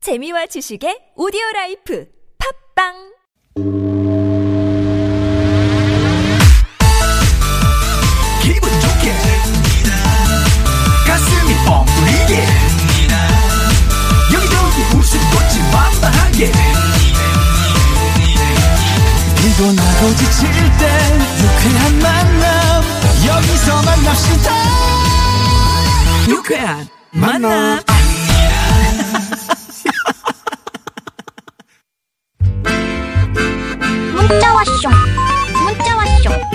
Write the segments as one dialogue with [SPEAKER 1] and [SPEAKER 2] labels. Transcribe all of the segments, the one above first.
[SPEAKER 1] 재미와 지식의 오디오 라이프 팝빵
[SPEAKER 2] 기분 좋게 가슴이 뻥 뚫리게 여기저기 웃음 꽃이 만발하게 피곤하고 지칠 땐 유쾌한 만남 여기서 만납시다 유쾌한 만남
[SPEAKER 3] 문자 왔쇼 문자 왔쇼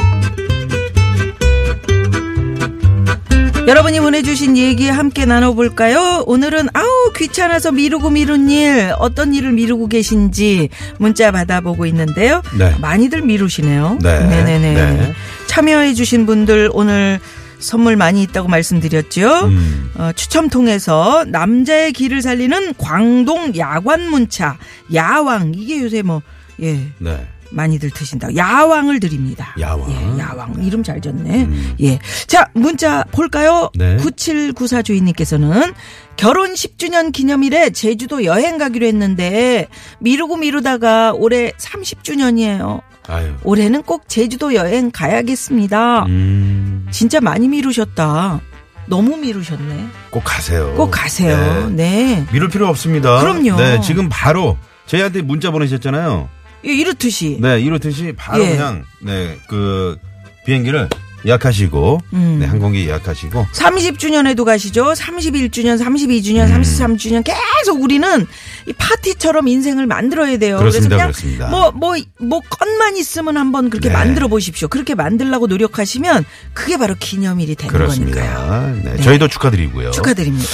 [SPEAKER 4] 여러분이 보내주신 얘기 함께 나눠볼까요? 오늘은 아우 귀찮아서 미루고 미룬 일 어떤 일을 미루고 계신지 문자 받아보고 있는데요.
[SPEAKER 5] 네.
[SPEAKER 4] 많이들 미루시네요.
[SPEAKER 5] 네.
[SPEAKER 4] 네네
[SPEAKER 5] 네.
[SPEAKER 4] 참여해주신 분들 오늘 선물 많이 있다고 말씀드렸죠.
[SPEAKER 5] 음.
[SPEAKER 4] 어, 추첨 통해서 남자의 길을 살리는 광동 야관 문차 야왕 이게 요새 뭐예
[SPEAKER 5] 네.
[SPEAKER 4] 많이들 드신다고 야왕을 드립니다.
[SPEAKER 5] 야왕. 음.
[SPEAKER 4] 예, 야왕. 이름 잘 졌네. 예. 자, 문자 볼까요?
[SPEAKER 5] 네.
[SPEAKER 4] 9794 주인님께서는 결혼 10주년 기념일에 제주도 여행 가기로 했는데 미루고 미루다가 올해 30주년이에요.
[SPEAKER 5] 아유.
[SPEAKER 4] 올해는 꼭 제주도 여행 가야겠습니다.
[SPEAKER 5] 음.
[SPEAKER 4] 진짜 많이 미루셨다. 너무 미루셨네.
[SPEAKER 5] 꼭 가세요.
[SPEAKER 4] 꼭 가세요.
[SPEAKER 5] 네.
[SPEAKER 4] 네.
[SPEAKER 5] 미룰 필요 없습니다.
[SPEAKER 4] 그럼요.
[SPEAKER 5] 네. 지금 바로 저희한테 문자 보내셨잖아요.
[SPEAKER 4] 예, 이렇듯이.
[SPEAKER 5] 네. 이렇듯이 바로
[SPEAKER 4] 예.
[SPEAKER 5] 그냥 네. 그 비행기를 예약하시고
[SPEAKER 4] 음.
[SPEAKER 5] 네, 항공기 예약하시고
[SPEAKER 4] 어, 30주년에도 가시죠. 31주년, 32주년,
[SPEAKER 5] 음.
[SPEAKER 4] 33주년 계속 우리는 이 파티처럼 인생을 만들어야 돼요.
[SPEAKER 5] 그렇습니다,
[SPEAKER 4] 그래서
[SPEAKER 5] 그렇습니다.
[SPEAKER 4] 그냥 뭐 뭐 뭐 건만 있으면 한번 그렇게
[SPEAKER 5] 네.
[SPEAKER 4] 만들어 보십시오. 그렇게 만들려고 노력하시면 그게 바로 기념일이 되는 거니까요.
[SPEAKER 5] 그렇습니다. 네, 저희도 축하드리고요.
[SPEAKER 4] 축하드립니다.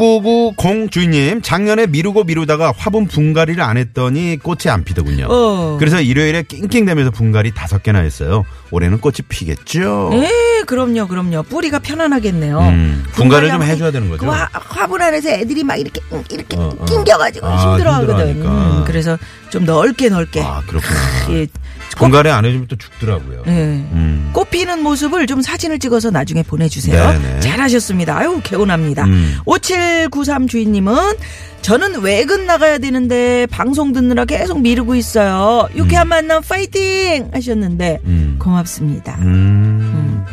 [SPEAKER 5] 0990 주인님, 작년에 미루고 미루다가 화분 분갈이를 안 했더니 꽃이 안 피더군요.
[SPEAKER 4] 어.
[SPEAKER 5] 그래서 일요일에 낑낑대면서 분갈이 다섯 개나 했어요. 올해는 꽃이 피겠죠?
[SPEAKER 4] 예, 그럼요, 그럼요. 뿌리가 편안하겠네요.
[SPEAKER 5] 음, 분갈이를 좀
[SPEAKER 4] 분갈이하면
[SPEAKER 5] 해줘야 되는 거죠.
[SPEAKER 4] 그 화, 화분 안에서 애들이 막 이렇게 응, 이렇게
[SPEAKER 5] 어, 어.
[SPEAKER 4] 낑겨가지고
[SPEAKER 5] 아,
[SPEAKER 4] 힘들어하거든.
[SPEAKER 5] 힘들어하니까.
[SPEAKER 4] 음, 그래서 좀 넓게 넓게.
[SPEAKER 5] 아, 그렇구나.
[SPEAKER 4] 네. 예, 꽃,
[SPEAKER 5] 분갈이 안 해주면 또 죽더라고요.
[SPEAKER 4] 예.
[SPEAKER 5] 음.
[SPEAKER 4] 꽃 피는 모습을 좀 사진을 찍어서 나중에 보내주세요.
[SPEAKER 5] 네네.
[SPEAKER 4] 잘하셨습니다. 아유, 개운합니다.
[SPEAKER 5] 음.
[SPEAKER 4] 5793 주인님은 저는 외근 나가야 되는데 방송 듣느라 계속 미루고 있어요. 유쾌한 만남 파이팅! 하셨는데
[SPEAKER 5] 음.
[SPEAKER 4] 고맙습니다.
[SPEAKER 5] 음.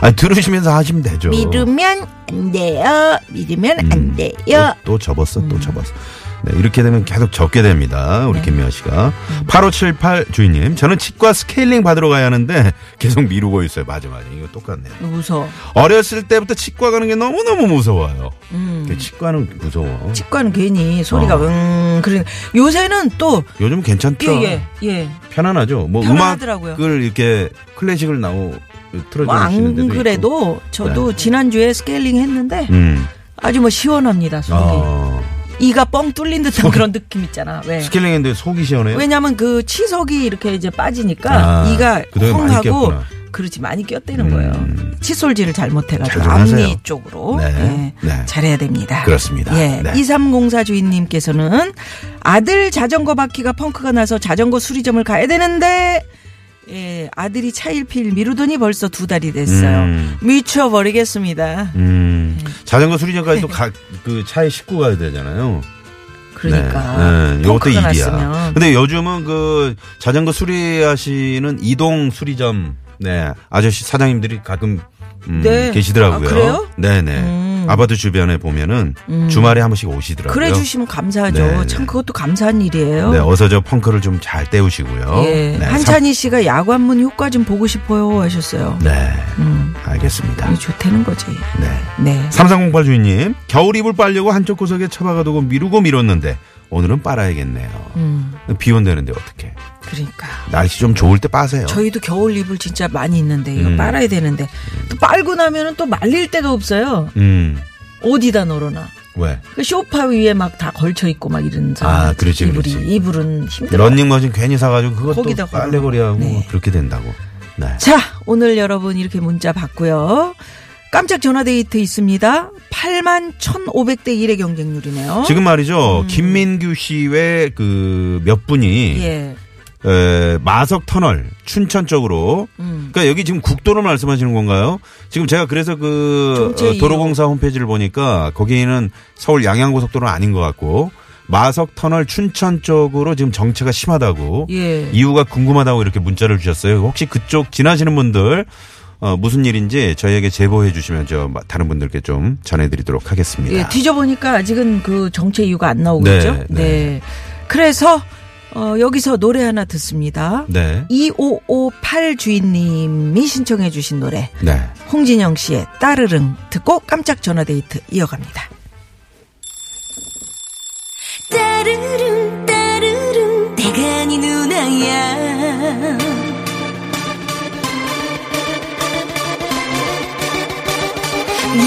[SPEAKER 5] 아, 들으시면서 하시면 되죠.
[SPEAKER 4] 미루면 안 돼요. 미루면 안
[SPEAKER 5] 음.
[SPEAKER 4] 돼요.
[SPEAKER 5] 또, 또 접었어,
[SPEAKER 4] 음.
[SPEAKER 5] 또 접었어. 네, 이렇게 되면 계속 적게 됩니다.
[SPEAKER 4] 네.
[SPEAKER 5] 우리 김미아 씨가.
[SPEAKER 4] 음.
[SPEAKER 5] 8578 주인님, 저는 치과 스케일링 받으러 가야 하는데 계속 미루고 있어요. 맞아, 맞아. 이거 똑같네요.
[SPEAKER 4] 무서워.
[SPEAKER 5] 어렸을 때부터 치과 가는 게 너무너무 무서워요. 그 치과는 무서워.
[SPEAKER 4] 음. 치과는 괜히 소리가
[SPEAKER 5] 어.
[SPEAKER 4] 응, 그래. 요새는 또,
[SPEAKER 5] 요즘 괜찮죠?
[SPEAKER 4] 예, 예, 예.
[SPEAKER 5] 편안하죠. 뭐
[SPEAKER 4] 편안하더라고요.
[SPEAKER 5] 음악을 이렇게 클래식을 나오 틀어주시는
[SPEAKER 4] 뭐안
[SPEAKER 5] 데도 있고. 네.
[SPEAKER 4] 그래도 저도 지난주에 스케일링 했는데
[SPEAKER 5] 음.
[SPEAKER 4] 아주 뭐 시원합니다, 속이.
[SPEAKER 5] 아.
[SPEAKER 4] 이가 뻥 뚫린 듯한 그런 느낌 있잖아. 왜?
[SPEAKER 5] 스케일링인데 속이 시원해요.
[SPEAKER 4] 왜냐면 그 치석이 이렇게 이제 빠지니까
[SPEAKER 5] 아,
[SPEAKER 4] 이가
[SPEAKER 5] 그동안 많이
[SPEAKER 4] 펑하고
[SPEAKER 5] 꼈구나.
[SPEAKER 4] 그렇지 많이 꼈다는
[SPEAKER 5] 음.
[SPEAKER 4] 거예요. 칫솔질을
[SPEAKER 5] 잘
[SPEAKER 4] 잘못해가지고
[SPEAKER 5] 좀
[SPEAKER 4] 앞니
[SPEAKER 5] 하세요.
[SPEAKER 4] 쪽으로
[SPEAKER 5] 네,
[SPEAKER 4] 예,
[SPEAKER 5] 네.
[SPEAKER 4] 잘해야 됩니다.
[SPEAKER 5] 그렇습니다.
[SPEAKER 4] 예,
[SPEAKER 5] 네.
[SPEAKER 4] 2304 주인님께서는 아들 자전거 바퀴가 펑크가 나서 자전거 수리점을 가야 되는데 예, 아들이 차일피일 미루더니 벌써 두 달이 됐어요.
[SPEAKER 5] 음.
[SPEAKER 4] 미쳐버리겠습니다.
[SPEAKER 5] 음. 자전거 수리장까지
[SPEAKER 4] 네.
[SPEAKER 5] 또그 차에 싣고 가야 되잖아요.
[SPEAKER 4] 그러니까
[SPEAKER 5] 네. 네. 요것도
[SPEAKER 4] 펑크가
[SPEAKER 5] 일이야.
[SPEAKER 4] 났으면.
[SPEAKER 5] 근데 요즘은 그 자전거 수리하시는 이동 수리점 네 아저씨 사장님들이 가끔 음,
[SPEAKER 4] 네.
[SPEAKER 5] 계시더라고요.
[SPEAKER 4] 아, 그래요?
[SPEAKER 5] 네네.
[SPEAKER 4] 음.
[SPEAKER 5] 아파트 주변에 보면은 주말에 한 번씩 오시더라고요.
[SPEAKER 4] 그래 주시면 감사하죠.
[SPEAKER 5] 네, 네.
[SPEAKER 4] 참 그것도 감사한 일이에요.
[SPEAKER 5] 네, 어서 저 펑크를 좀 잘 때우시고요.
[SPEAKER 4] 예.
[SPEAKER 5] 네,
[SPEAKER 4] 한찬희 씨가 야관문 효과 좀 보고 싶어요 하셨어요.
[SPEAKER 5] 삼- 네,
[SPEAKER 4] 음.
[SPEAKER 5] 알겠습니다.
[SPEAKER 4] 이게 좋다는 거지.
[SPEAKER 5] 네.
[SPEAKER 4] 네.
[SPEAKER 5] 3308 주인님, 겨울 이불 빨려고 한쪽 구석에 처박아 두고 미루고 미뤘는데 오늘은 빨아야겠네요.
[SPEAKER 4] 음.
[SPEAKER 5] 비 온다는데 어떻게?
[SPEAKER 4] 그러니까.
[SPEAKER 5] 날씨 좀 좋을 때 빠세요.
[SPEAKER 4] 저희도 겨울 이불 진짜 많이 있는데 이거
[SPEAKER 5] 음.
[SPEAKER 4] 빨아야 되는데 또 빨고 나면은 또 말릴 데가 없어요.
[SPEAKER 5] 음.
[SPEAKER 4] 어디다 널어놔.
[SPEAKER 5] 왜?
[SPEAKER 4] 그 쇼파 위에 막 다 걸쳐 있고 막 이런 사람.
[SPEAKER 5] 아, 그렇지,
[SPEAKER 4] 이불이
[SPEAKER 5] 그렇지.
[SPEAKER 4] 이불은 힘들어.
[SPEAKER 5] 런닝머신 괜히 사가지고
[SPEAKER 4] 거기다
[SPEAKER 5] 그것도
[SPEAKER 4] 걸어.
[SPEAKER 5] 빨래거리하고
[SPEAKER 4] 네.
[SPEAKER 5] 그렇게 된다고. 네.
[SPEAKER 4] 자, 오늘 여러분 이렇게 문자 받고요. 깜짝 전화데이트 있습니다. 8만 1,500대 1의 어? 경쟁률이네요.
[SPEAKER 5] 지금 말이죠. 김민규 씨의 그 몇 분이
[SPEAKER 4] 음. 예.
[SPEAKER 5] 에, 마석 터널 춘천 쪽으로.
[SPEAKER 4] 음.
[SPEAKER 5] 그러니까 여기 지금 국도를 말씀하시는 건가요? 지금 제가 그래서 그
[SPEAKER 4] 정체
[SPEAKER 5] 어, 도로공사 홈페이지를 보니까 거기는 서울 양양고속도로는 아닌 것 같고 마석 터널 춘천 쪽으로 지금 정체가 심하다고.
[SPEAKER 4] 예.
[SPEAKER 5] 이유가 궁금하다고 이렇게 문자를 주셨어요. 혹시 그쪽 지나시는 분들 어, 무슨 일인지 저희에게 제보해 주시면 저 마- 다른 분들께 좀 전해드리도록 하겠습니다.
[SPEAKER 4] 예, 뒤져보니까 아직은 그 정체 이유가 안 나오고 있죠.
[SPEAKER 5] 네,
[SPEAKER 4] 네.
[SPEAKER 5] 네.
[SPEAKER 4] 그래서 어, 여기서 노래 하나 듣습니다.
[SPEAKER 5] 네.
[SPEAKER 4] 2558 주인님이 신청해 주신 노래
[SPEAKER 5] 네.
[SPEAKER 4] 홍진영 씨의 따르릉 듣고 깜짝 전화데이트 이어갑니다.
[SPEAKER 6] 따르릉 따르릉 내가 네 누나야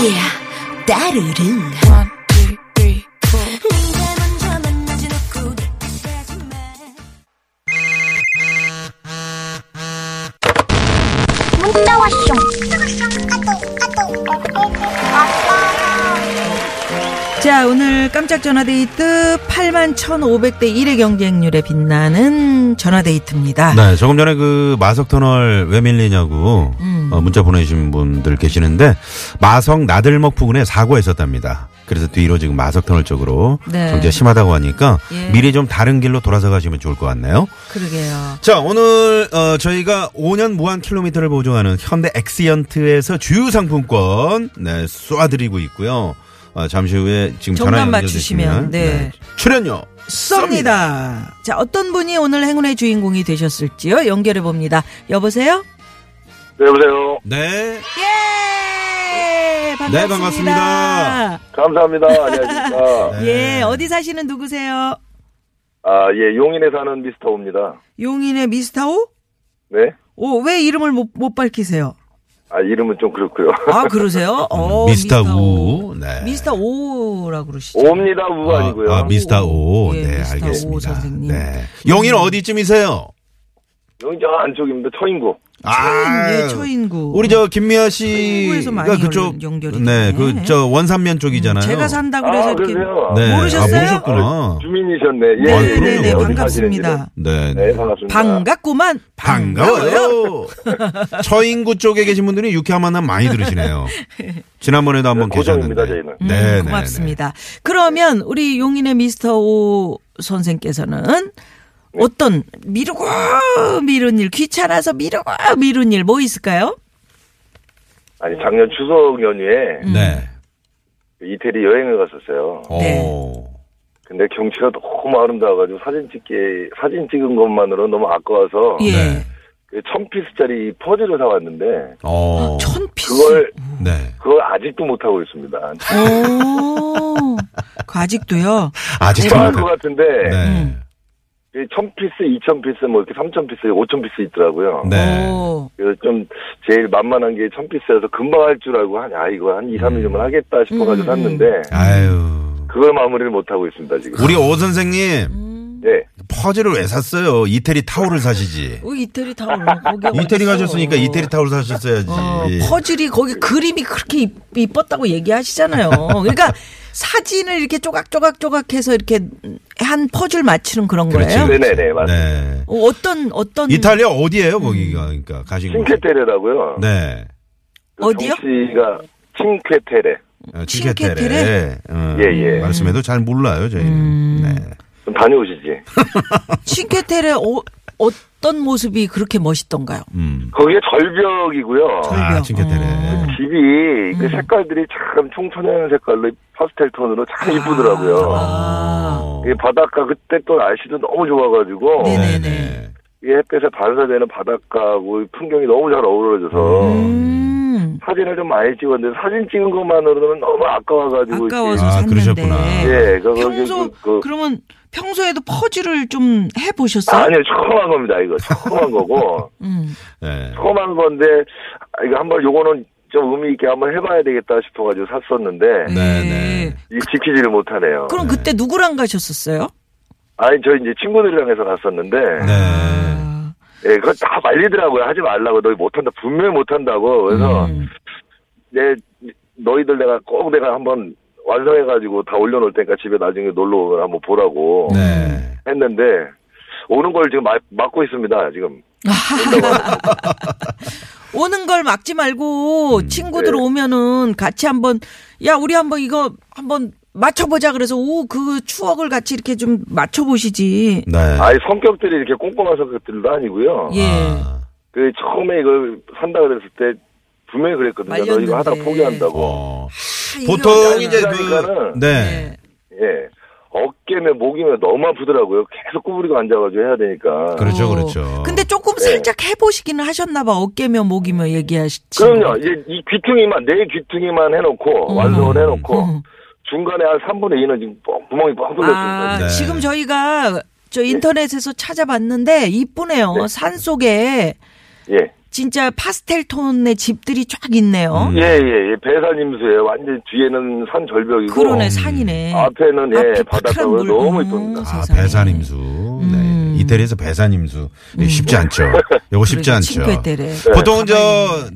[SPEAKER 6] 얘야 따르릉 네가 먼저 만나주놓고 내 끝까지만
[SPEAKER 3] 문자 왔쇼
[SPEAKER 4] 자, 오늘 깜짝 전화데이트 8만 1,500대 1의 경쟁률에 빛나는 전화데이트입니다.
[SPEAKER 5] 네, 조금 전에 그 마석 터널 왜 밀리냐고
[SPEAKER 4] 음.
[SPEAKER 5] 어, 문자 보내주신 분들 계시는데 마석 나들목 부근에 사고가 있었답니다. 그래서 뒤로 지금 마석 터널 쪽으로
[SPEAKER 4] 네.
[SPEAKER 5] 정체가 심하다고 하니까
[SPEAKER 4] 예.
[SPEAKER 5] 미리 좀 다른 길로 돌아서 가시면 좋을 것 같네요.
[SPEAKER 4] 그러게요.
[SPEAKER 5] 자, 오늘 어, 저희가 5년 무한 킬로미터를 보증하는 현대 엑시언트에서 주유 상품권 네, 쏘아드리고 있고요. 어, 잠시 후에 지금 전화
[SPEAKER 4] 정답
[SPEAKER 5] 연결
[SPEAKER 4] 맞추시면, 네.
[SPEAKER 5] 출연료
[SPEAKER 4] 쏩니다. 자, 어떤 분이 오늘 행운의 주인공이 되셨을지요? 연결해 봅니다. 여보세요?
[SPEAKER 7] 네, 여보세요.
[SPEAKER 5] 네.
[SPEAKER 4] 예! 반갑습니다.
[SPEAKER 5] 네, 반갑습니다. 네.
[SPEAKER 7] 감사합니다. 안녕하십니까.
[SPEAKER 4] 예, 어디 사시는 누구세요?
[SPEAKER 7] 아, 예, 용인에 사는 미스터입니다.
[SPEAKER 4] 용인의 미스타오?
[SPEAKER 7] 네?
[SPEAKER 4] 오, 왜 이름을 못, 못 밝히세요?
[SPEAKER 7] 아, 이름은 좀 그렇고요.
[SPEAKER 4] 아, 그러세요? 어,
[SPEAKER 5] 음, 미스터
[SPEAKER 4] 미스타오.
[SPEAKER 5] 우. 네.
[SPEAKER 4] 미스타오라고 그러시죠?
[SPEAKER 7] 옵니다, 우 아니고요.
[SPEAKER 5] 아, 미스터 오.
[SPEAKER 4] 예,
[SPEAKER 5] 네,
[SPEAKER 4] 미스터
[SPEAKER 5] 알겠습니다.
[SPEAKER 4] 오 선생님.
[SPEAKER 5] 네. 용인 어디쯤이세요?
[SPEAKER 7] 용인 저 안쪽입니다. 처인구.
[SPEAKER 5] 아,
[SPEAKER 4] 예, 초인구.
[SPEAKER 5] 우리 저 김미아
[SPEAKER 4] 서인구에서
[SPEAKER 5] 씨가
[SPEAKER 4] 많이
[SPEAKER 5] 그쪽
[SPEAKER 4] 연- 연결이
[SPEAKER 5] 네,
[SPEAKER 4] 되네. 음,
[SPEAKER 5] 그 저 원산면 쪽이잖아요.
[SPEAKER 4] 제가 산다 그래서
[SPEAKER 7] 아,
[SPEAKER 4] 이렇게.
[SPEAKER 7] 그러세요?
[SPEAKER 5] 네.
[SPEAKER 4] 모르셨어요?
[SPEAKER 5] 아, 모르셨구나.
[SPEAKER 7] 주민이셨네. 예,
[SPEAKER 5] 아,
[SPEAKER 7] 예, 예,
[SPEAKER 5] 그럼요.
[SPEAKER 4] 네네네,
[SPEAKER 7] 예, 어디
[SPEAKER 4] 반갑습니다.
[SPEAKER 5] 네.
[SPEAKER 7] 사시는지. 네,
[SPEAKER 5] 네.
[SPEAKER 7] 반갑습니다.
[SPEAKER 4] 반갑구만.
[SPEAKER 5] 반가워요. 처인구 쪽에 계신 분들이 유쾌한 만남 많이 들으시네요. 지난번에도 한번
[SPEAKER 7] 네, 고정입니다,
[SPEAKER 5] 계셨는데.
[SPEAKER 7] 저희는.
[SPEAKER 4] 음,
[SPEAKER 5] 네, 네,
[SPEAKER 4] 고맙습니다. 그러면 우리 용인의 미스터 오 선생께서는 어떤 미루고 미룬 일 귀찮아서 미루고 미룬 일 뭐 있을까요?
[SPEAKER 7] 아니, 작년 추석 연휴에
[SPEAKER 5] 네. 네.
[SPEAKER 7] 이태리 여행을 갔었어요.
[SPEAKER 4] 네.
[SPEAKER 5] 오.
[SPEAKER 7] 근데 경치가 너무 아름다워가지고 사진 찍기, 사진 찍은 것만으로 너무 아까워서
[SPEAKER 4] 예.
[SPEAKER 5] 네.
[SPEAKER 7] 그 1000피스짜리 퍼즐을 사왔는데
[SPEAKER 5] 어.
[SPEAKER 4] 아, 천 피스.
[SPEAKER 7] 그걸,
[SPEAKER 5] 네.
[SPEAKER 7] 그걸 아직도 못하고 있습니다.
[SPEAKER 4] 오. 그 아직도요.
[SPEAKER 5] 아직
[SPEAKER 7] 금방 할것 같은데
[SPEAKER 4] 음.
[SPEAKER 5] 네.
[SPEAKER 7] 그 1000피스, 2000피스, 뭐 이렇게 3000피스, 5000피스 있더라고요.
[SPEAKER 5] 네.
[SPEAKER 4] 오.
[SPEAKER 7] 그래서 좀 제일 만만한 게 1000피스여서 금방 할 줄 알고 한, 아, 이거 한 2, 3일이면 하겠다
[SPEAKER 4] 음,
[SPEAKER 7] 싶어가지고
[SPEAKER 4] 음.
[SPEAKER 7] 샀는데
[SPEAKER 5] 음. 아유.
[SPEAKER 7] 그걸 마무리를 못하고 있습니다, 지금.
[SPEAKER 5] 우리 오 선생님
[SPEAKER 7] 예.
[SPEAKER 5] 퍼즐을 왜 샀어요? 이태리 타올을 사시지.
[SPEAKER 4] 어, 이태리 타올 거기
[SPEAKER 5] 이태리
[SPEAKER 4] 어딨어?
[SPEAKER 5] 가셨으니까 이태리 타올 사셨어야지.
[SPEAKER 4] 어,
[SPEAKER 5] 예.
[SPEAKER 4] 퍼즐이 거기 그림이 그렇게 이- 이뻤다고 얘기하시잖아요. 그러니까 사진을 이렇게 조각조각 조각해서 이렇게 한 퍼즐 맞추는 그런
[SPEAKER 5] 그렇지,
[SPEAKER 4] 거예요.
[SPEAKER 5] 그렇지.
[SPEAKER 7] 네네네, 맞습니다.
[SPEAKER 5] 네.
[SPEAKER 4] 어, 어떤 어떤
[SPEAKER 5] 이탈리아 어디예요 거기가
[SPEAKER 4] 음.
[SPEAKER 5] 그러니까 가신 곳.
[SPEAKER 7] 칭케테레라고요.
[SPEAKER 5] 네.
[SPEAKER 7] 그
[SPEAKER 4] 어디요?
[SPEAKER 7] 정씨가 칭케테레.
[SPEAKER 4] 음,
[SPEAKER 5] 어,
[SPEAKER 4] 칭케테레?
[SPEAKER 5] 칭케테레. 어,
[SPEAKER 7] 예, 예.
[SPEAKER 5] 말씀해도 잘 몰라요 저희는.
[SPEAKER 4] 음.
[SPEAKER 5] 네.
[SPEAKER 7] 좀 다녀오시지.
[SPEAKER 4] 칭케테레 어, 어떤 모습이 그렇게 멋있던가요?
[SPEAKER 5] 음.
[SPEAKER 7] 거기에 절벽이고요.
[SPEAKER 4] 설명.
[SPEAKER 5] 아 칭케테레.
[SPEAKER 4] 어,
[SPEAKER 7] 집이
[SPEAKER 4] 음.
[SPEAKER 7] 그 색깔들이 참 총천연 색깔로 파스텔 톤으로 참 이쁘더라고요.
[SPEAKER 5] 어.
[SPEAKER 7] 이 바닷가 그때 또 날씨도 너무 좋아가지고
[SPEAKER 4] 아. 네네.
[SPEAKER 5] 네네.
[SPEAKER 7] 이 햇볕에 반사되는 바닷가하고 이 풍경이 너무 잘 어우러져서
[SPEAKER 4] 음.
[SPEAKER 7] 사진을 좀 많이 찍었는데 사진 찍은 것만으로는 너무 아까워가지고
[SPEAKER 4] 아까워서
[SPEAKER 5] 아,
[SPEAKER 4] 샀는데.
[SPEAKER 5] 그러셨구나.
[SPEAKER 7] 이게- 예, 그, 그,
[SPEAKER 4] 평소
[SPEAKER 7] 그,
[SPEAKER 4] 그, 러면 평소에도 퍼즐을 좀 해보셨어요?
[SPEAKER 7] 아니요 처음 한 겁니다 이거 처음 한 거고
[SPEAKER 4] 음.
[SPEAKER 5] 네.
[SPEAKER 7] 처음 한 건데 아, 이거 한번 요거는 좀 의미 있게 한번 해봐야 되겠다 싶어가지고 샀었는데
[SPEAKER 5] 네,
[SPEAKER 4] 예.
[SPEAKER 5] 네.
[SPEAKER 7] 이 지키지를 못하네요.
[SPEAKER 4] 그럼 그때 누구랑 가셨었어요?
[SPEAKER 7] 아니 저 이제 친구들이랑 해서 갔었는데
[SPEAKER 5] 네.
[SPEAKER 4] 아,
[SPEAKER 7] 예, 그거 다 말리더라고요. 하지 말라고. 너희 못한다. 분명히 못한다고. 그래서,
[SPEAKER 5] 음.
[SPEAKER 7] 내, 너희들 내가 꼭 내가 한번 완성해가지고 다 올려놓을 테니까 집에 나중에 놀러 오면 한번 보라고
[SPEAKER 5] 네.
[SPEAKER 7] 뭐 했는데, 오는 걸 지금 막, 막고 있습니다. 지금
[SPEAKER 4] 오는 걸 막지
[SPEAKER 5] 음,
[SPEAKER 4] 말고 친구들
[SPEAKER 7] 네.
[SPEAKER 4] 오면은 같이 한번 야 우리 한번 이거 한번 맞춰보자 그래서 오 그 추억을 같이 이렇게 좀 맞춰보시지.
[SPEAKER 5] 네.
[SPEAKER 7] 아예 성격들이 이렇게 꼼꼼한 성격들도 아니고요.
[SPEAKER 4] 예.
[SPEAKER 5] 아,
[SPEAKER 7] 그 처음에 이걸 산다 그랬을 때 분명히 그랬거든요. 너
[SPEAKER 4] 말렸는데.
[SPEAKER 7] 이거 하다가 포기한다고.
[SPEAKER 5] 어.
[SPEAKER 4] 아, 이거
[SPEAKER 5] 보통 이제 그, 네.
[SPEAKER 7] 그러니까는-
[SPEAKER 4] 네.
[SPEAKER 7] 예. 어깨면 목이면 너무 아프더라고요. 계속 구부리고 앉아가지고 해야 되니까.
[SPEAKER 5] 그렇죠,
[SPEAKER 4] 어.
[SPEAKER 5] 그렇죠.
[SPEAKER 4] 근데 조금 살짝 해보시기는 하셨나봐 어깨며 목이며 얘기하시지.
[SPEAKER 7] 그럼요. 이제 이 귀퉁이만 내 귀퉁이만 해놓고
[SPEAKER 5] 음.
[SPEAKER 7] 완성을 해놓고 중간에 한 3분의 2는 지금 뻥- 구멍이 뻥
[SPEAKER 4] 아,
[SPEAKER 7] 뚫렸습니다.
[SPEAKER 5] 네.
[SPEAKER 4] 지금 저희가 저 인터넷에서 찾아봤는데 이쁘네요.
[SPEAKER 7] 네.
[SPEAKER 4] 산 속에
[SPEAKER 7] 예.
[SPEAKER 4] 진짜 파스텔 톤의 집들이 쫙 있네요.
[SPEAKER 5] 음.
[SPEAKER 7] 예, 예, 예. 배산임수예요. 완전 뒤에는 산 절벽이고.
[SPEAKER 4] 그러네 산이네.
[SPEAKER 7] 앞에는, 예,
[SPEAKER 4] 앞이
[SPEAKER 7] 바닷가가
[SPEAKER 4] 파란 물.
[SPEAKER 7] 너무
[SPEAKER 4] 어,
[SPEAKER 7] 이쁩니다.
[SPEAKER 5] 아,
[SPEAKER 4] 세상에. 음.
[SPEAKER 5] 배산임수. 네. 이태리에서 배산임수. 이거 쉽지 않죠. 요거
[SPEAKER 4] 그래서
[SPEAKER 5] 쉽지 않죠. 네,
[SPEAKER 4] 칭크에테레.
[SPEAKER 5] 보통 저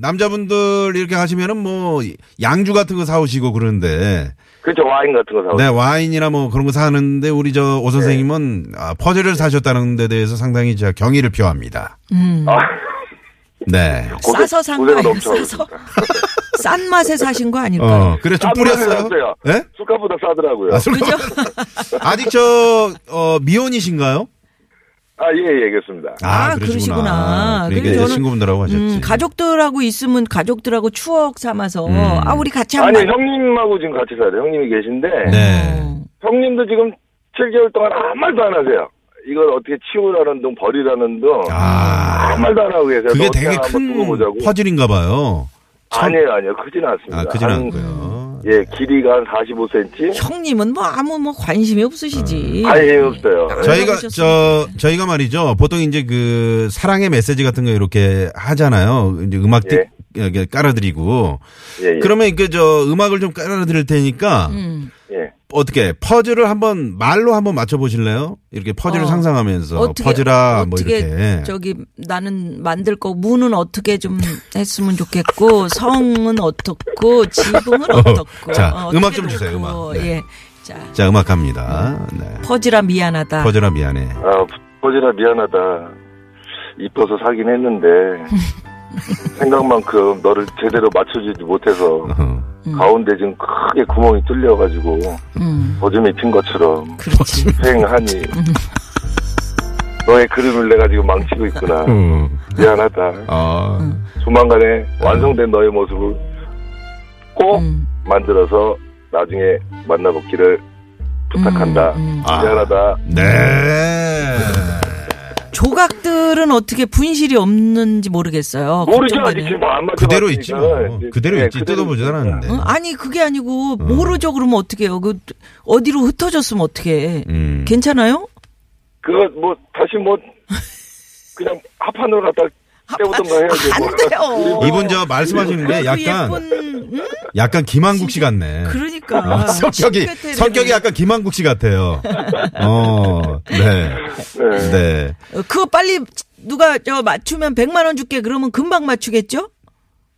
[SPEAKER 5] 남자분들 이렇게 하시면은 뭐 양주 같은 거 사오시고 그러는데
[SPEAKER 7] 그렇죠. 와인 같은 거 사고.
[SPEAKER 5] 네 와인이나 뭐 그런 거 사는데 우리 저 오 선생님은 아, 퍼즐을 사셨다는 데 대해서 상당히 제 경의를 표합니다.
[SPEAKER 7] 아,
[SPEAKER 5] 네.
[SPEAKER 7] 고생-
[SPEAKER 4] 싸서 산 거
[SPEAKER 7] 고생은 그러니까.
[SPEAKER 4] 아니에요?
[SPEAKER 7] 엄청
[SPEAKER 4] 싸서 싼 맛에 사신 거 아닐까요?
[SPEAKER 5] 어 그래 좀
[SPEAKER 7] 싼 맛을
[SPEAKER 5] 뿌렸어요.
[SPEAKER 7] 샀어요.
[SPEAKER 5] 예?
[SPEAKER 7] 술값보다 싸더라고요.
[SPEAKER 5] 아, 술
[SPEAKER 4] 그죠?
[SPEAKER 5] 아직 저 어, 미혼이신가요?
[SPEAKER 7] 아, 예, 예, 알겠습니다.
[SPEAKER 4] 아, 그러시구나.
[SPEAKER 5] 그러니까
[SPEAKER 4] 그래서
[SPEAKER 5] 이제
[SPEAKER 4] 저는-
[SPEAKER 5] 친구분들하고 하셨지.
[SPEAKER 4] 음, 가족들하고 있으면 가족들하고 추억 삼아서
[SPEAKER 5] 음.
[SPEAKER 4] 아 우리 같이
[SPEAKER 7] 아니,
[SPEAKER 4] 한번
[SPEAKER 7] 형님하고 지금 같이 살아요. 형님이 계신데.
[SPEAKER 4] 어.
[SPEAKER 5] 네.
[SPEAKER 7] 형님도 지금 7개월 동안 아무 말도 안 하세요. 이걸 어떻게 치우라는 둥, 버리라는 둥.
[SPEAKER 5] 아.
[SPEAKER 7] 아무 말도 안 하고 계세요.
[SPEAKER 5] 그게
[SPEAKER 7] 너
[SPEAKER 5] 되게
[SPEAKER 7] 그냥 한번 두고
[SPEAKER 5] 큰
[SPEAKER 7] 보자고.
[SPEAKER 5] 퍼즐인가 봐요.
[SPEAKER 7] 아니에요, 아니에요. 크진 않습니다.
[SPEAKER 5] 아, 그진
[SPEAKER 7] 한-
[SPEAKER 5] 않고요.
[SPEAKER 7] 예, 길이가 한 45cm.
[SPEAKER 4] 형님은 뭐 아무 뭐 관심이 없으시지.
[SPEAKER 7] 음, 아예 없어요. 예.
[SPEAKER 5] 저희가 저
[SPEAKER 4] 그러셨습니다.
[SPEAKER 5] 저희가 말이죠. 보통 이제 그 사랑의 메시지 같은 거 이렇게 하잖아요. 이제 음악 띠- 이렇게 깔아드리고
[SPEAKER 7] 예, 예.
[SPEAKER 5] 그러면 그 저 음악을 좀 깔아드릴 테니까
[SPEAKER 4] 음.
[SPEAKER 7] 예.
[SPEAKER 5] 어떻게 퍼즐을 한번 말로 한번 맞춰보실래요? 이렇게 퍼즐을
[SPEAKER 4] 어.
[SPEAKER 5] 상상하면서
[SPEAKER 4] 어떻게
[SPEAKER 5] 퍼즐아 뭐
[SPEAKER 4] 어떻게
[SPEAKER 5] 이렇게
[SPEAKER 4] 저기 나는 만들 거 무는 어떻게 좀 했으면 좋겠고 성은 어떻고 지붕은
[SPEAKER 5] 어,
[SPEAKER 4] 어떻고
[SPEAKER 5] 자,
[SPEAKER 4] 어,
[SPEAKER 5] 음악
[SPEAKER 4] 어떻게
[SPEAKER 5] 좀 주세요,
[SPEAKER 4] 놓고,
[SPEAKER 5] 음악. 네.
[SPEAKER 4] 예. 자
[SPEAKER 5] 자 음악 갑니다. 네.
[SPEAKER 4] 퍼즐아 미안하다.
[SPEAKER 5] 퍼즐아 미안해.
[SPEAKER 7] 아, 버지라 미안하다. 이뻐서 사긴 했는데 생각만큼 너를 제대로 맞춰주지 못해서
[SPEAKER 5] 어.
[SPEAKER 7] 가운데 지금 크게 구멍이 뚫려가지고
[SPEAKER 4] 음,
[SPEAKER 7] 오줌이 튄 것처럼
[SPEAKER 4] 그렇지.
[SPEAKER 7] 휑하니 너의 그림을 내가 지금 망치고 있구나. 미안하다.
[SPEAKER 5] 어.
[SPEAKER 4] 음.
[SPEAKER 7] 조만간에 완성된 너의 모습을 꼭
[SPEAKER 4] 음,
[SPEAKER 7] 만들어서 나중에 만나보기를
[SPEAKER 4] 음,
[SPEAKER 7] 부탁한다.
[SPEAKER 5] 아.
[SPEAKER 7] 미안하다.
[SPEAKER 5] 네.
[SPEAKER 4] 조각들은 어떻게 분실이 없는지 모르겠어요.
[SPEAKER 7] 모르죠.
[SPEAKER 4] 걱정되네.
[SPEAKER 7] 아직 지금 안 네, 맞아.
[SPEAKER 5] 그대로 있지 뭐. 그대로 있지 뜯어보지 않았는데.
[SPEAKER 4] 어? 아니 그게
[SPEAKER 5] 어.
[SPEAKER 4] 아니고 모르죠 그러면 어떻게요? 그 어디로 흩어졌으면 어떻게?
[SPEAKER 5] 음.
[SPEAKER 4] 괜찮아요?
[SPEAKER 7] 그거 뭐 다시 뭐 그냥 합판으로 갖다 떼우던가 해야지. 뭐.
[SPEAKER 4] 안 돼요.
[SPEAKER 5] 이분 저 말씀하시는 게
[SPEAKER 4] 그
[SPEAKER 5] 약간
[SPEAKER 4] 예쁜 음?
[SPEAKER 5] 약간 김한국 씨 같네.
[SPEAKER 4] 그러니까
[SPEAKER 5] 아, 성격이
[SPEAKER 4] 칭크테레.
[SPEAKER 5] 성격이 약간 김한국 씨 같아요. 어, 네,
[SPEAKER 7] 네.
[SPEAKER 5] 네.
[SPEAKER 4] 어, 그거 빨리 누가 저 맞추면 100만 원 줄게 그러면 금방 맞추겠죠?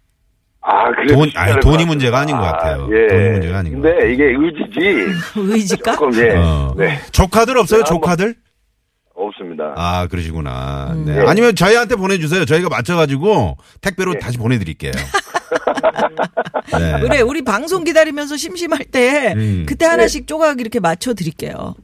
[SPEAKER 7] 아, 그래도
[SPEAKER 5] 돈,
[SPEAKER 7] 쉽지
[SPEAKER 5] 아니
[SPEAKER 7] 않을
[SPEAKER 5] 돈이
[SPEAKER 7] 것
[SPEAKER 5] 문제가 아닌 것 같아요.
[SPEAKER 7] 같아요. 아, 예.
[SPEAKER 5] 돈이 문제가 아닌 것 같아요.
[SPEAKER 7] 근데 이게 의지지.
[SPEAKER 4] 의지가?
[SPEAKER 7] 조금 예.
[SPEAKER 5] 어.
[SPEAKER 7] 네.
[SPEAKER 5] 조카들 없어요,
[SPEAKER 7] 네, 한번-
[SPEAKER 5] 조카들?
[SPEAKER 7] 없습니다.
[SPEAKER 5] 아, 그러시구나. 네.
[SPEAKER 7] 네.
[SPEAKER 5] 아니면 저희한테 보내주세요. 저희가 맞춰가지고 택배로 다시 보내드릴게요. 네.
[SPEAKER 4] 그래 우리 방송 기다리면서 심심할 때
[SPEAKER 5] 음.
[SPEAKER 4] 그때 하나씩 조각 이렇게 맞춰 드릴게요.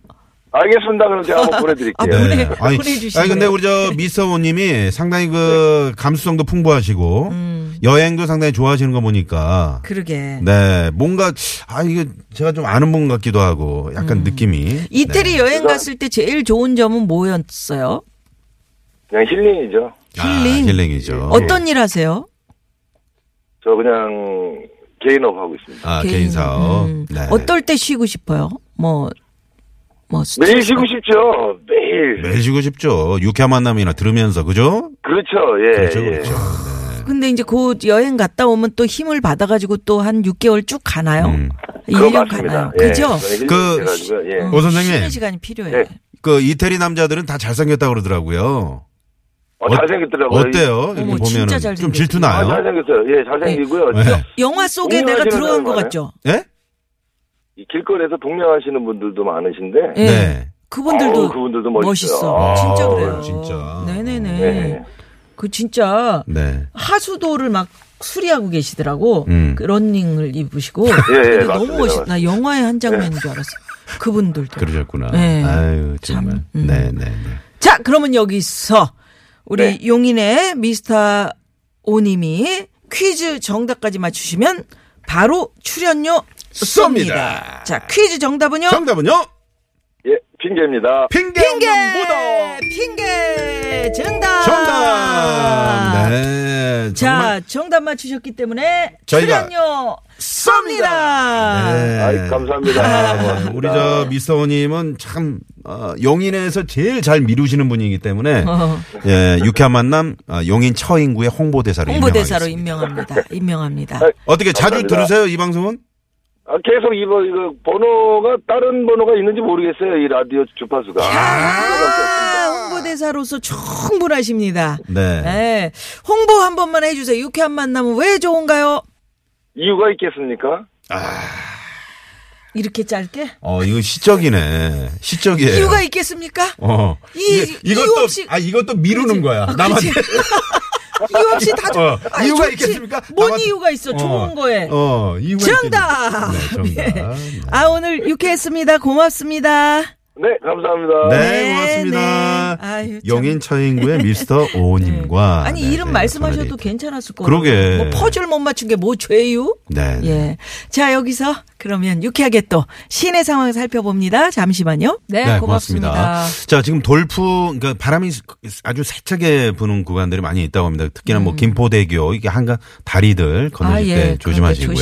[SPEAKER 7] 알겠습니다. 그럼 제가 한번
[SPEAKER 4] 아,
[SPEAKER 7] 보내드릴게요.
[SPEAKER 4] 보내-
[SPEAKER 5] 예. 아니,
[SPEAKER 4] 보내주시네요. 네.
[SPEAKER 5] 아니, 근데 우리 저 미스터 원님이 상당히 그 감수성도 풍부하시고 여행도 상당히 좋아하시는 거 보니까
[SPEAKER 4] 음. 그러게.
[SPEAKER 5] 네 뭔가 아 이게 제가 좀 아는 분 같기도 하고 약간 느낌이
[SPEAKER 4] 음. 이태리
[SPEAKER 5] 네.
[SPEAKER 4] 여행 갔을 때 제일 좋은 점은 뭐였어요?
[SPEAKER 7] 그냥 힐링이죠.
[SPEAKER 4] 힐링.
[SPEAKER 5] 아, 힐링이죠.
[SPEAKER 4] 어떤 일 하세요?
[SPEAKER 7] 저 그냥 개인업 하고 있습니다.
[SPEAKER 5] 아, 개인 사업. 네.
[SPEAKER 4] 음. 어떨 때 쉬고 싶어요? 뭐, 뭐,
[SPEAKER 7] 매일 쉬고 싶죠. 매일.
[SPEAKER 5] 매일 쉬고 싶죠. 유쾌한 만남이나 들으면서 그죠?
[SPEAKER 7] 그렇죠. 예.
[SPEAKER 5] 그렇죠,
[SPEAKER 7] 예.
[SPEAKER 5] 그렇죠.
[SPEAKER 4] 근데 이제 그 여행 갔다 오면 또 힘을 받아가지고 또 한 6개월 쭉 가나요?
[SPEAKER 5] 음.
[SPEAKER 7] 그거
[SPEAKER 4] 1년
[SPEAKER 7] 맞습니다.
[SPEAKER 4] 가나요? 아, 그죠? 어,
[SPEAKER 7] 예.
[SPEAKER 5] 그-
[SPEAKER 7] 그 해가지고요. 예.
[SPEAKER 5] 오 선생님.
[SPEAKER 4] 쉬는 시간이 필요해.
[SPEAKER 7] 네.
[SPEAKER 5] 그 이태리 남자들은 다 잘생겼다 그러더라고요.
[SPEAKER 7] 어, 잘생겼더라고요.
[SPEAKER 5] 어때요? 이렇게
[SPEAKER 4] 어머,
[SPEAKER 5] 보면
[SPEAKER 4] 진짜
[SPEAKER 5] 은좀
[SPEAKER 4] 잘생겼어요.
[SPEAKER 5] 질투
[SPEAKER 7] 아,
[SPEAKER 5] 나요?
[SPEAKER 7] 잘생겼어요. 예, 잘생기고요.
[SPEAKER 5] 네.
[SPEAKER 7] 진짜
[SPEAKER 4] 영화 속에 내가
[SPEAKER 7] 공유하시는
[SPEAKER 4] 들어간 것
[SPEAKER 7] 사람
[SPEAKER 4] 같죠?
[SPEAKER 5] 예?
[SPEAKER 7] 이 길거리에서 동냥하시는 분들도 많으신데
[SPEAKER 4] 예.
[SPEAKER 5] 네.
[SPEAKER 4] 그분들도,
[SPEAKER 7] 아우, 그분들도 멋있어요.
[SPEAKER 4] 멋있어.
[SPEAKER 5] 아,
[SPEAKER 4] 진짜 그래요.
[SPEAKER 5] 진짜.
[SPEAKER 4] 네네네.
[SPEAKER 7] 네.
[SPEAKER 4] 그 진짜
[SPEAKER 5] 네.
[SPEAKER 4] 하수도를 막 수리하고 계시더라고.
[SPEAKER 5] 음.
[SPEAKER 4] 그 런닝을 입으시고.
[SPEAKER 7] 예, 예,
[SPEAKER 4] 근데
[SPEAKER 7] 맞습니다. 예.
[SPEAKER 4] 너무 멋있다. 나 영화의 한 장면인 줄 알았어. 그분들도.
[SPEAKER 5] 그러셨구나.
[SPEAKER 4] 네.
[SPEAKER 5] 아유, 정말.
[SPEAKER 4] 참, 음.
[SPEAKER 5] 네, 네, 네.
[SPEAKER 4] 자, 그러면 여기서 우리 용인의 미스터 오님이 퀴즈 정답까지 맞추시면 바로 출연료 쏩니다.
[SPEAKER 5] 쏩니다.
[SPEAKER 4] 자, 퀴즈 정답은요?
[SPEAKER 5] 정답은요?
[SPEAKER 7] 예, 핑계입니다.
[SPEAKER 5] 핑계
[SPEAKER 4] 핑계!
[SPEAKER 5] 없는 무덤.
[SPEAKER 4] 핑계! 정답!
[SPEAKER 5] 정답. 네.
[SPEAKER 4] 자, 정답 맞추셨기 때문에
[SPEAKER 5] 저희가
[SPEAKER 4] 출연료
[SPEAKER 5] 정말.
[SPEAKER 4] 쏩니다.
[SPEAKER 5] 네.
[SPEAKER 7] 아이, 아. 감사합니다.
[SPEAKER 5] 네, 우리 저 미스터님은 참 어, 용인에서 제일 잘 미루시는 분이기 때문에
[SPEAKER 4] 어.
[SPEAKER 5] 예, 유쾌한 만남 어, 용인 처인구의 홍보대사로
[SPEAKER 4] 홍보대사로
[SPEAKER 5] 임명하겠습니다.
[SPEAKER 4] 임명합니다. 임명합니다.
[SPEAKER 5] 어떻게 자주
[SPEAKER 7] 감사합니다.
[SPEAKER 5] 들으세요 이 방송은?
[SPEAKER 7] 아, 계속 이거, 이거 번호가 다른 번호가 있는지 모르겠어요. 이 라디오 주파수가.
[SPEAKER 4] 아, 홍보대사로서 충분하십니다.
[SPEAKER 5] 네.
[SPEAKER 4] 네. 홍보 한 번만 해주세요. 유쾌한 만남은 왜 좋은가요?
[SPEAKER 7] 이유가 있겠습니까?
[SPEAKER 4] 이렇게 짧게?
[SPEAKER 5] 어 이거 시적이네. 시적이에요.
[SPEAKER 4] 이유가 있겠습니까?
[SPEAKER 5] 어.
[SPEAKER 4] 이-
[SPEAKER 5] 이게
[SPEAKER 4] 이유
[SPEAKER 5] 이것도
[SPEAKER 4] 없이-
[SPEAKER 5] 아 이것도 미루는 거야. 남한테.
[SPEAKER 4] 이유 없이 다 좋-
[SPEAKER 5] 어,
[SPEAKER 4] 아니,
[SPEAKER 5] 이유가
[SPEAKER 4] 좋지.
[SPEAKER 5] 있겠습니까?
[SPEAKER 4] 뭔
[SPEAKER 5] 남한테-
[SPEAKER 4] 이유가 있어? 좋은
[SPEAKER 5] 어,
[SPEAKER 4] 거에.
[SPEAKER 5] 어, 이유가
[SPEAKER 4] 정답!
[SPEAKER 5] 있겠네. 네, 정답.
[SPEAKER 4] 예. 아, 오늘 유쾌했습니다. 고맙습니다.
[SPEAKER 7] 네, 감사합니다.
[SPEAKER 5] 네,
[SPEAKER 4] 네,
[SPEAKER 5] 고맙습니다.
[SPEAKER 4] 네. 아유, 참.
[SPEAKER 5] 용인 처인구의 미스터 오님과
[SPEAKER 4] 아니,
[SPEAKER 5] 네,
[SPEAKER 4] 이름
[SPEAKER 5] 저희가
[SPEAKER 4] 말씀하셔도
[SPEAKER 5] 전화드릴-
[SPEAKER 4] 괜찮았을 거예요.
[SPEAKER 5] 그러게.
[SPEAKER 4] 뭐 퍼즐 못 맞춘 게 뭐 죄유?
[SPEAKER 5] 네. 네.
[SPEAKER 4] 예. 자, 여기서 그러면 유쾌하게 또 시내 상황 살펴봅니다. 잠시만요. 네,
[SPEAKER 5] 자, 지금 돌풍, 그러니까 바람이 아주 세차게 부는 구간들이 많이 있다고 합니다. 특히나
[SPEAKER 4] 음.
[SPEAKER 5] 뭐 김포대교, 이게 한강 다리들 건너실 때 조심하시고요.
[SPEAKER 4] 아, 예.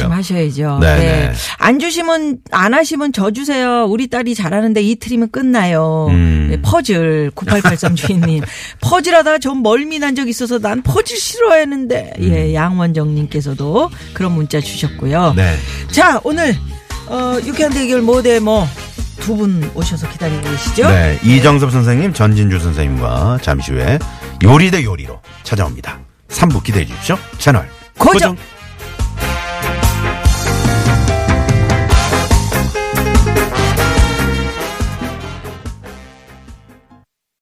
[SPEAKER 4] 조심하셔야죠.
[SPEAKER 5] 네,
[SPEAKER 4] 네.
[SPEAKER 5] 네.
[SPEAKER 4] 안 주시면 안 하시면 저 주세요. 우리 딸이 잘하는데 이틀이면 끝나요.
[SPEAKER 5] 음.
[SPEAKER 4] 네, 퍼즐 9883 주인님 퍼즐하다가 좀 멀미 난 적 있어서 난 퍼즐 싫어했는데
[SPEAKER 5] 음.
[SPEAKER 4] 예 양원정님께서도 그런 문자 주셨고요.
[SPEAKER 5] 네.
[SPEAKER 4] 자 오늘 어, 유쾌한 대결 모대 뭐 두 분 오셔서 기다리고 계시죠.
[SPEAKER 5] 네, 이정섭 선생님, 전진주 선생님과 잠시 후에 요리 대 요리로 찾아옵니다. 3부 기대해 주십시오. 채널
[SPEAKER 4] 고정.
[SPEAKER 5] 고정.